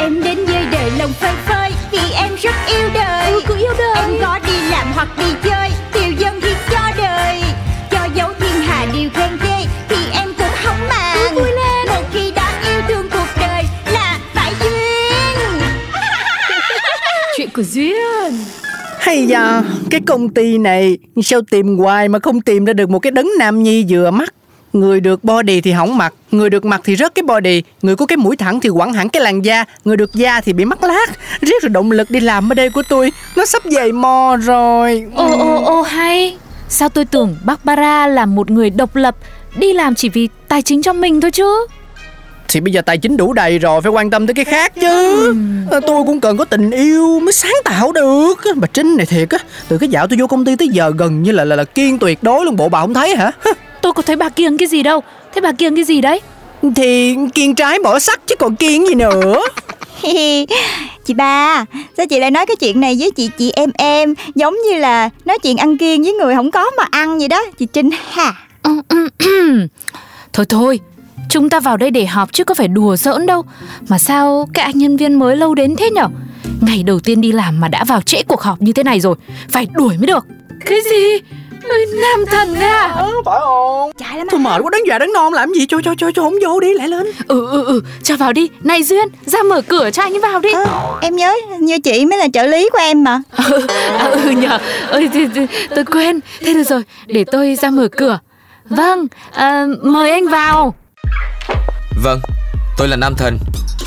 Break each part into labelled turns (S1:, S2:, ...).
S1: Em đến với đời lòng phơi phới Vì em rất yêu đời
S2: Ừ, cứ yêu đời.
S1: Em có đi làm hoặc đi chơi Tiêu dân thì cho đời Cho dấu thiên hà điều khen ghê Thì em cũng không màng
S2: vui lên.
S1: Một khi đã yêu thương cuộc đời Là phải duyên
S2: Chuyện của Duyên
S3: Hay da, cái công ty này sao tìm hoài mà không tìm ra được một cái đấng nam nhi vừa mắt. Người được body thì hỏng mặt, người được mặt thì rớt cái body, người có cái mũi thẳng thì quẳng hẳn cái làn da, người được da thì bị mắc lát. Riết rồi động lực đi làm ở đây của tôi, nó sắp dày mò rồi.
S4: Ô ô ô hay Sao tôi tưởng Barbara là một người độc lập Đi làm chỉ vì tài chính cho mình thôi chứ
S3: Thì bây giờ tài chính đủ đầy rồi, phải quan tâm tới cái khác chứ. À, tôi cũng cần có tình yêu mới sáng tạo được. Bà Trinh này thiệt á, từ cái dạo tôi vô công ty tới giờ gần như là là, là kiên tuyệt đối luôn, bộ bà không thấy hả?
S4: Tôi có thấy bà kiêng cái gì đâu Thế bà kiêng cái gì đấy
S3: Thì kiên trái bỏ sắt chứ còn kiên gì nữa
S5: chị ba sao chị lại nói cái chuyện này với chị chị em em giống như là nói chuyện ăn kiêng với người không có mà ăn vậy đó chị trinh ha
S4: Ừ, Thôi thôi Chúng ta vào đây để họp chứ có phải đùa giỡn đâu Mà sao cái anh nhân viên mới lâu đến thế nhở Ngày đầu tiên đi làm mà đã vào trễ cuộc họp như thế này rồi Phải đuổi mới được Cái gì Ôi, Nam thần à
S3: Phải không?
S5: chạy lắm
S3: Tôi mệt quá đáng già đáng non làm gì cho cho cho cho không vô đi lại lên
S4: Ừ ừ ừ cho vào đi Này Duyên ra mở cửa cho anh ấy vào đi
S5: À. em nhớ như chị mới là trợ lý của em mà
S4: À, ừ nhờ Ôi, thì, thì, tôi quên Thế được rồi để tôi ra mở cửa Vâng à, mời anh vào
S6: Vâng, tôi là Nam Thần,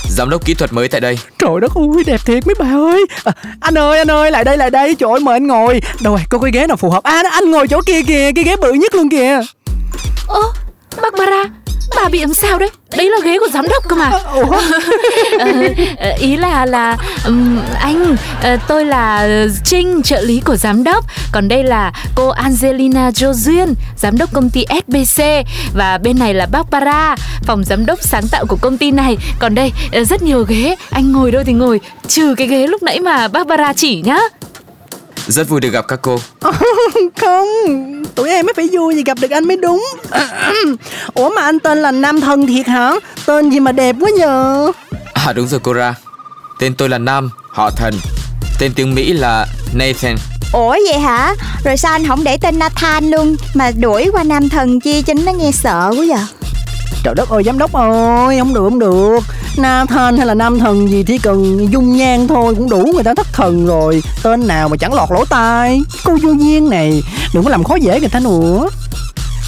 S6: giám đốc kỹ thuật mới tại đây.
S3: Trời đất ơi đẹp thiệt mấy bà ơi à, Anh ơi anh ơi lại đây lại đây Trời ơi mời anh ngồi Đâu rồi có cái ghế nào phù hợp À anh ngồi chỗ kia kìa Cái ghế bự nhất luôn kìa
S4: Ơ Barbara Bà bị làm sao đấy Đấy là ghế của giám đốc cơ mà
S3: Ủa
S4: Ờ, ờ, ý là là ừm, anh ờ, tôi là Trinh trợ lý của giám đốc còn đây là cô Angelina Jo Duyên giám đốc công ty SBC và bên này là Barbara phòng giám đốc sáng tạo của công ty này còn đây ờ, rất nhiều ghế anh ngồi đâu thì ngồi trừ cái ghế lúc nãy mà Barbara chỉ nhá
S6: Rất vui được gặp các cô.
S3: không Tụi em mới phải vui vì gặp được anh mới đúng Ủa mà anh tên là Nam Thần thiệt hả Tên gì mà đẹp quá nhờ
S6: À đúng rồi cô Ra, tên tôi là Nam, họ Thần. Tên tiếng Mỹ là Nathan.
S5: ủa vậy hả rồi sao anh không để tên nathan luôn mà đuổi qua nam thần chi cho nó nghe sợ quá vậy
S3: Trời đất ơi giám đốc ơi Không được không được Nam thần hay là nam thần gì thì cần dung nhan thôi Cũng đủ người ta thất thần rồi Tên nào mà chẳng lọt lỗ tai Cô vô duyên này Đừng có làm khó dễ người ta nữa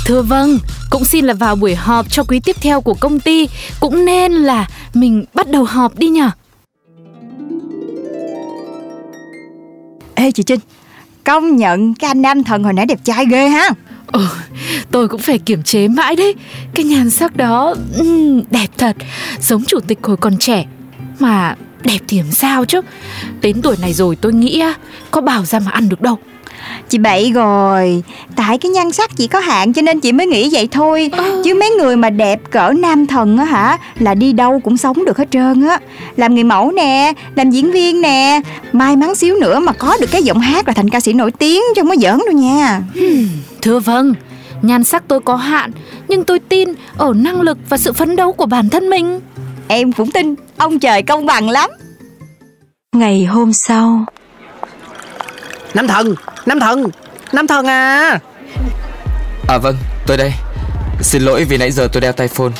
S4: Thưa vâng, cũng xin là vào buổi họp cho quý tiếp theo của công ty Cũng nên là mình bắt đầu họp đi nhở
S5: ê chị trinh công nhận cái anh nam thần hồi nãy đẹp trai ghê ha
S4: Ờ, tôi cũng phải kiểm chế mãi đấy Cái nhan sắc đó ừm, đẹp thật Giống chủ tịch hồi còn trẻ Mà đẹp thì làm sao chứ Đến tuổi này rồi tôi nghĩ á, Có bảo ra mà ăn được đâu
S5: chị bậy rồi tại cái nhan sắc chỉ có hạn cho nên chị mới nghĩ vậy thôi chứ mấy người mà đẹp cỡ nam thần á hả là đi đâu cũng sống được hết trơn á làm người mẫu nè làm diễn viên nè may mắn xíu nữa mà có được cái giọng hát là thành ca sĩ nổi tiếng chứ không có giỡn đâu nha
S4: Thưa vâng, nhan sắc tôi có hạn Nhưng tôi tin ở năng lực và sự phấn đấu của bản thân mình
S5: em cũng tin ông trời công bằng lắm
S7: Ngày hôm sau,
S3: Nam thần Nam thần Nam thần à
S6: À vâng, tôi đây. Xin lỗi vì nãy giờ tôi đeo tai phone.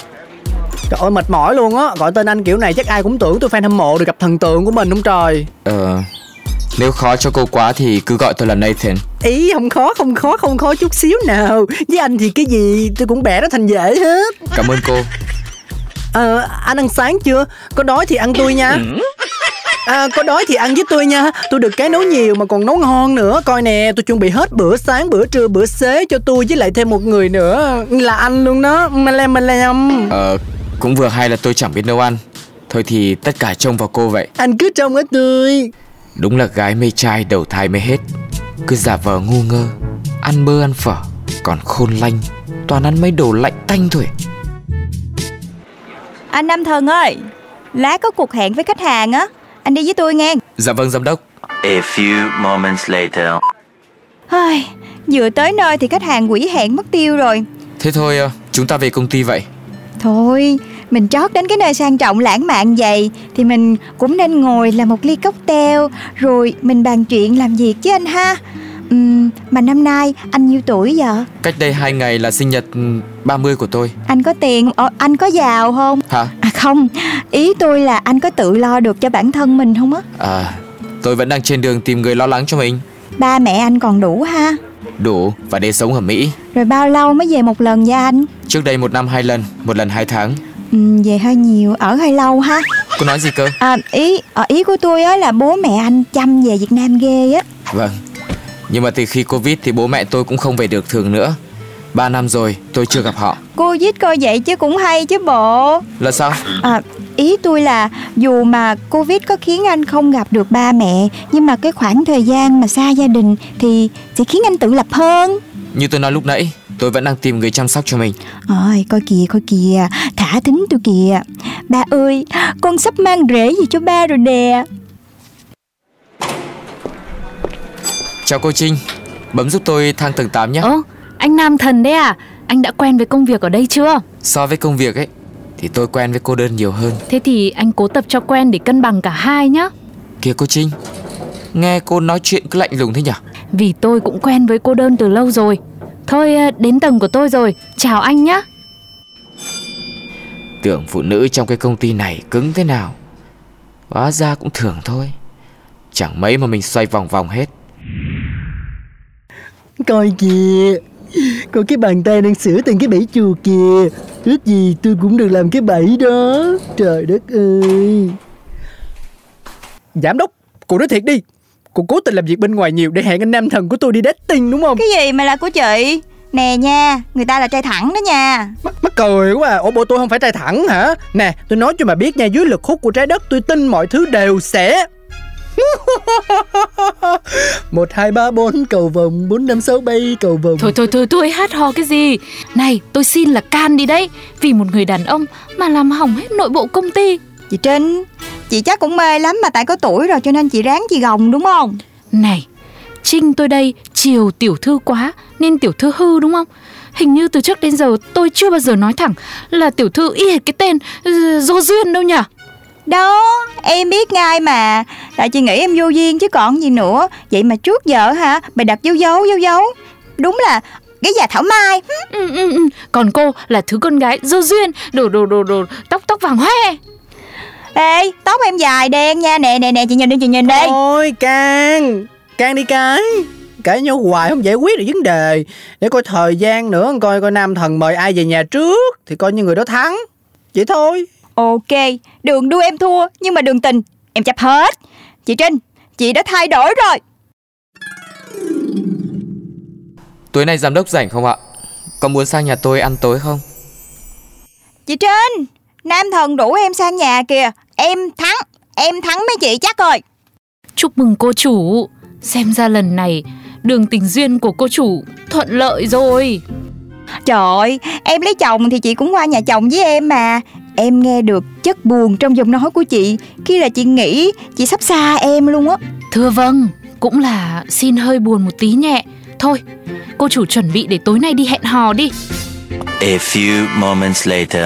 S3: Trời ơi mệt mỏi luôn á Gọi tên anh kiểu này chắc ai cũng tưởng tôi fan hâm mộ Được gặp thần tượng của mình không trời
S6: Ờ, nếu khó cho cô quá thì cứ gọi tôi là Nathan.
S3: Ý không khó không khó không khó chút xíu nào Với anh thì cái gì tôi cũng bẻ nó thành dễ hết
S6: Cảm ơn cô.
S3: Ờ, anh ăn sáng chưa? Có đói thì ăn tôi nha À, có đói thì ăn với tôi nha Tôi được cái nấu nhiều mà còn nấu ngon nữa Coi nè, tôi chuẩn bị hết bữa sáng, bữa trưa, bữa xế Cho tôi với lại thêm một người nữa Là anh luôn đó Mà lem mà lem
S6: Ờ, cũng vừa hay là tôi chẳng biết nấu ăn. Thôi thì tất cả trông vào cô vậy.
S3: Anh cứ trông ở tôi
S6: Đúng là gái mê trai đầu thai mới hết Cứ giả vờ ngu ngơ Ăn bơ ăn phở Còn khôn lanh Toàn ăn mấy đồ lạnh tanh thôi
S5: Anh Nam Thần ơi Lá có cuộc hẹn với khách hàng á Anh đi với tôi nghe
S6: Dạ vâng giám đốc
S8: A few moments later.
S5: Ai, Vừa tới nơi thì khách hàng quỷ hẹn mất tiêu rồi
S6: Thế thôi ờ, chúng ta về công ty vậy
S5: Thôi Mình trót đến cái nơi sang trọng lãng mạn vậy Thì mình cũng nên ngồi làm một ly cocktail Rồi mình bàn chuyện làm việc chứ anh ha Ừm, Mà năm nay anh nhiêu tuổi vậy
S6: Cách đây 2 ngày là sinh nhật ừ, 30 của tôi
S5: Anh có tiền ờ, Anh có giàu không
S6: Hả?
S5: À không Ý tôi là anh có tự lo được cho bản thân mình không á
S6: À Tôi vẫn đang trên đường tìm người lo lắng cho mình
S5: Ba mẹ anh còn đủ ha
S6: Đủ và để sống ở Mỹ
S5: Rồi bao lâu mới về một lần nha anh
S6: Trước đây một năm hai lần Một lần hai tháng
S5: Ừm, Về hơi nhiều Ở hơi lâu ha
S6: Cô nói gì cơ?
S5: À, ý ờ, ý của tôi á là bố mẹ anh chăm về Việt Nam ghê á.
S6: Vâng Nhưng mà từ khi Covid thì bố mẹ tôi cũng không về được thường nữa 3 năm rồi tôi chưa gặp họ
S5: Cô giết coi vậy chứ cũng hay chứ bộ.
S6: Là sao?
S5: À, ý tôi là dù mà Covid có khiến anh không gặp được ba mẹ, nhưng mà cái khoảng thời gian mà xa gia đình thì sẽ khiến anh tự lập hơn.
S6: Như tôi nói lúc nãy Tôi vẫn đang tìm người chăm sóc cho mình
S5: Ôi, coi kìa, coi kìa, thả thính tôi kìa. Ba ơi, con sắp mang rễ gì cho ba rồi nè.
S6: Chào cô Trinh Bấm giúp tôi thang tầng 8 nhé
S4: Ồ, Ờ, anh Nam Thần đấy à? Anh đã quen với công việc ở đây chưa?
S6: So với công việc ấy Thì tôi quen với cô đơn nhiều hơn
S4: Thế thì anh cố tập cho quen để cân bằng cả hai nhá.
S6: Kìa cô Trinh Nghe cô nói chuyện cứ lạnh lùng thế nhỉ
S4: Vì tôi cũng quen với cô đơn từ lâu rồi. Thôi ờ, đến tầng của tôi rồi, chào anh nhá.
S6: Tưởng phụ nữ trong cái công ty này cứng thế nào Hóa ra cũng thường thôi Chẳng mấy mà mình xoay vòng vòng hết
S3: Coi kìa Có cái bàn tay đang sửa từng cái bẫy chuột kìa Ước gì tôi cũng được làm cái bẫy đó Trời đất ơi Giám đốc Cô nói thiệt đi Cô cố tình làm việc bên ngoài nhiều để hẹn anh nam thần của tôi đi dating đúng không?
S5: Cái gì mà là của chị? Nè nha, người ta là trai thẳng đó nha.
S3: Mắc, mắc cười quá à Ủa bộ tôi không phải trai thẳng hả Nè tôi nói cho mà biết nha Dưới lực hút của trái đất tôi tin mọi thứ đều sẽ một hai ba bốn cầu vồng bốn năm sáu bay cầu vồng
S4: Thôi thôi thôi thôi hát hò cái gì? Này, tôi xin là can đi đấy, vì một người đàn ông mà làm hỏng hết nội bộ công ty.
S5: Chị Trinh, chị chắc cũng mê lắm mà tại có tuổi rồi cho nên chị ráng chị gồng đúng không?
S4: Này, Trinh tôi đây chiều tiểu thư quá nên tiểu thư hư đúng không? Hình như từ trước đến giờ tôi chưa bao giờ nói thẳng là tiểu thư y hệt cái tên ừ, Dô Duyên đâu nhỉ?
S5: Đó, em biết ngay mà. Tại chị nghĩ em vô duyên chứ còn gì nữa. Vậy mà trước giờ hả, mày đặt dấu dấu dấu dấu. Đúng là cái già thảo mai.
S4: Ừ, ừ, ừ. Còn cô là thứ con gái Dô Duyên, đồ đồ đồ đồ tóc tóc vàng hoe.
S5: Ê, tóc em dài đen nha. Nè nè nè, chị nhìn đi, chị nhìn đi.
S3: Ôi Can Can đi cái Cãi nhau hoài không giải quyết được vấn đề Để coi thời gian nữa Coi coi nam thần mời ai về nhà trước Thì coi như người đó thắng Vậy thôi
S5: Ok, đường đua em thua, nhưng mà đường tình em chấp hết. Chị Trinh, chị đã thay đổi rồi.
S6: Tối nay giám đốc rảnh không ạ Có muốn sang nhà tôi ăn tối không
S5: Chị Trinh, nam thần rủ em sang nhà kìa. Em thắng, em thắng mấy chị chắc rồi.
S4: Chúc mừng cô chủ. Xem ra lần này đường tình duyên của cô chủ thuận lợi rồi.
S5: Trời ơi, em lấy chồng thì chị cũng qua nhà chồng với em mà Em nghe được chất buồn trong giọng nói của chị Khi là chị nghĩ chị sắp xa em luôn á
S4: Thưa vâng, cũng là xin hơi buồn một tí nhẹ. Thôi, cô chủ chuẩn bị để tối nay đi hẹn hò đi.
S8: A few moments later.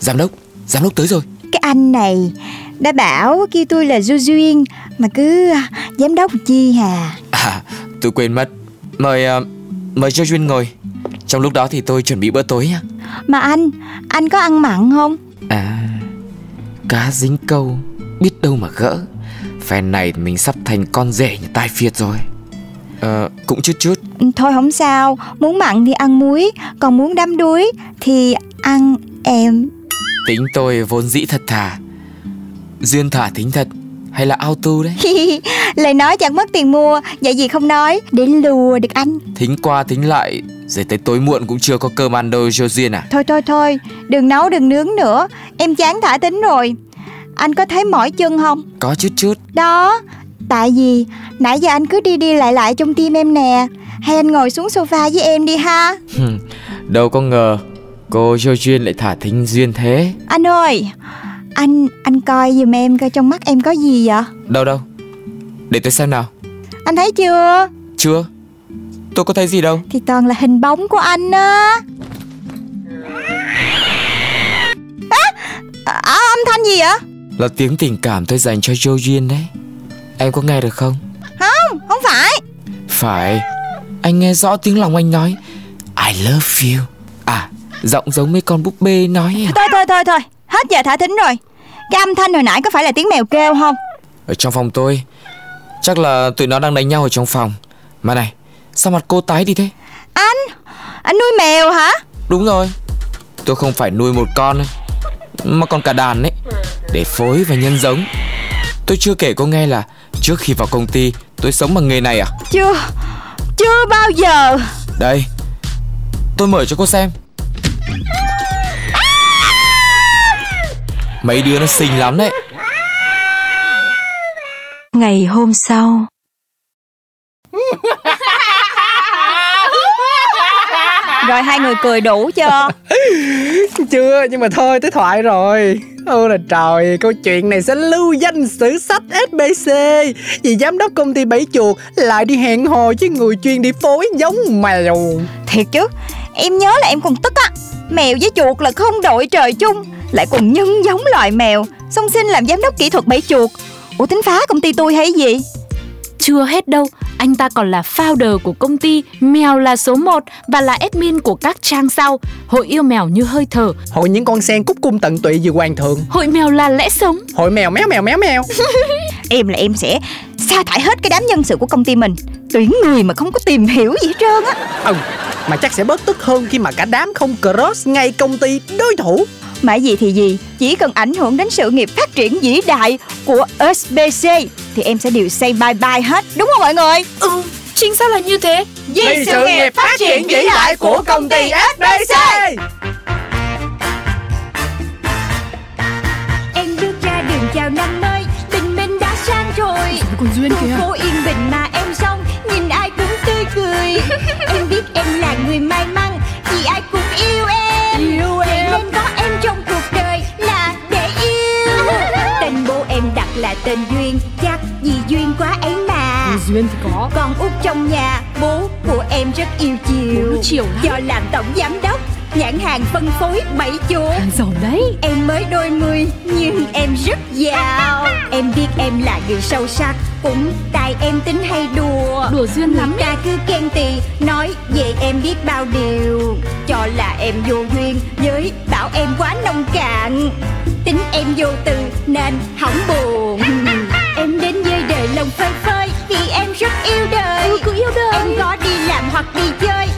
S6: Giám đốc Giám đốc tới rồi
S5: Cái anh này đã bảo kêu tôi là Du Duyên Mà cứ à, giám đốc chi hà
S6: À tôi quên mất Mời ờ, Mời cho Duyên ngồi Trong lúc đó thì tôi chuẩn bị bữa tối nhá
S5: Mà anh, anh có ăn mặn không?
S6: À Cá dính câu Biết đâu mà gỡ Phen này mình sắp thành con rể nhà tai phiệt rồi Ờ Cũng chút chút
S5: Ừ, Thôi không sao, muốn mặn thì ăn muối Còn muốn đắm đuối thì ăn em
S6: Tính tôi vốn dĩ thật thà Duyên thả tính thật Hay là auto đấy
S5: Lời nói chẳng mất tiền mua Vậy gì không nói để lùa được anh
S6: Thính qua tính lại Rồi tới tối muộn cũng chưa có cơm ăn đâu cho Duyên à
S5: Thôi thôi thôi, đừng nấu đừng nướng nữa, em chán thả tính rồi. anh có thấy mỏi chân không
S6: Có chút chút
S5: đó tại vì nãy giờ anh cứ đi đi lại lại trong tim em nè hay anh ngồi xuống sofa với em đi ha
S6: Hừm, Đâu có ngờ Cô Jo Duyên lại thả thính duyên thế
S5: anh ơi anh anh coi giùm em coi trong mắt em có gì vậy
S6: Đâu đâu Để tôi xem nào
S5: anh thấy chưa
S6: Chưa Tôi có thấy gì đâu
S5: thì toàn là hình bóng của anh á à, à, âm thanh gì vậy
S6: Là tiếng tình cảm tôi dành cho Jo Duyên đấy Em có nghe được không
S5: không phải
S6: Phải Anh nghe rõ tiếng lòng anh nói I love you À Giọng giống mấy con búp bê nói à.
S5: thôi thôi thôi thôi hết giờ thả thính rồi cái âm thanh hồi nãy có phải là tiếng mèo kêu không
S6: Ở trong phòng tôi Chắc là tụi nó đang đánh nhau ở trong phòng Mà này Sao mặt cô tái đi thế
S5: anh anh À, nuôi mèo hả
S6: Đúng rồi Tôi không phải nuôi một con ấy, Mà còn cả đàn ấy Để phối và nhân giống Tôi chưa kể cô nghe là Trước khi vào công ty Tôi sống bằng nghề này à
S5: chưa chưa bao giờ
S6: Đây Tôi mở cho cô xem Mấy đứa nó xinh lắm đấy
S7: Ngày hôm sau,
S5: rồi hai người cười đủ chưa
S3: Chưa nhưng mà thôi tới thoại rồi Ôi là trời câu chuyện này sẽ lưu danh sử sách SBC Vì giám đốc công ty Bảy Chuột lại đi hẹn hò với người chuyên đi phối giống mèo
S5: thiệt chứ em nhớ là em còn tức á mèo với chuột là không đội trời chung lại còn nhân giống loài mèo song sinh làm giám đốc kỹ thuật bẫy chuột ủa tính phá công ty tôi hay gì
S4: Chưa hết đâu, anh ta còn là founder của công ty Mèo là số 1 và là admin của các trang sau Hội yêu mèo như hơi thở,
S3: Hội những con sen cúc cung tận tụy vì hoàng thượng
S4: hội mèo là lẽ sống
S3: Hội mèo méo mèo méo mèo
S5: em là em sẽ sa thải hết cái đám nhân sự của công ty mình tuyển người mà không có tìm hiểu gì hết trơn á
S3: Ừ mà chắc sẽ bớt tức hơn khi mà cả đám không cross ngay công ty đối thủ
S5: Mà gì thì gì, chỉ cần ảnh hưởng đến sự nghiệp phát triển vĩ đại của SBC thì em sẽ đều say bye bye hết, đúng không mọi người?
S4: Ừ, chính xác là như thế
S3: Vì sự nghiệp phát triển vĩ đại của công ty SBC
S1: Em bước ra đường chào năm mới Tình mình đã sang rồi
S2: Còn Duyên
S1: Khu
S2: kìa
S1: phố yên bình mà em xong Nhìn ai cũng tươi cười Em biết em là người may mắn Vì ai cũng yêu em Yêu em Nên có em trong cuộc đời là để yêu Tên bố em đặt là tên Duyên Chắc vì duyên quá ấy mà
S2: Còn Duyên thì có
S1: Con út trong nhà Bố của em rất yêu
S2: Bố
S1: chiều
S2: nó chiều lắm.
S1: Do làm tổng giám đốc Nhãn hàng phân phối bảy chuột
S2: Hàng giàu đấy
S1: Em mới đôi mươi nhưng em rất giàu Em biết em là người sâu sắc Cũng tại em tính hay đùa
S2: Đùa Duyên
S1: Người
S2: lắm
S1: ta cứ khen tì Nói về em biết bao điều Cho là em vô duyên Với bảo em quá nông cạn Tính em vô tư nên hỏng buồn Em đến với đời lòng phơi phới Vì em rất yêu đời Em có đi làm hoặc đi chơi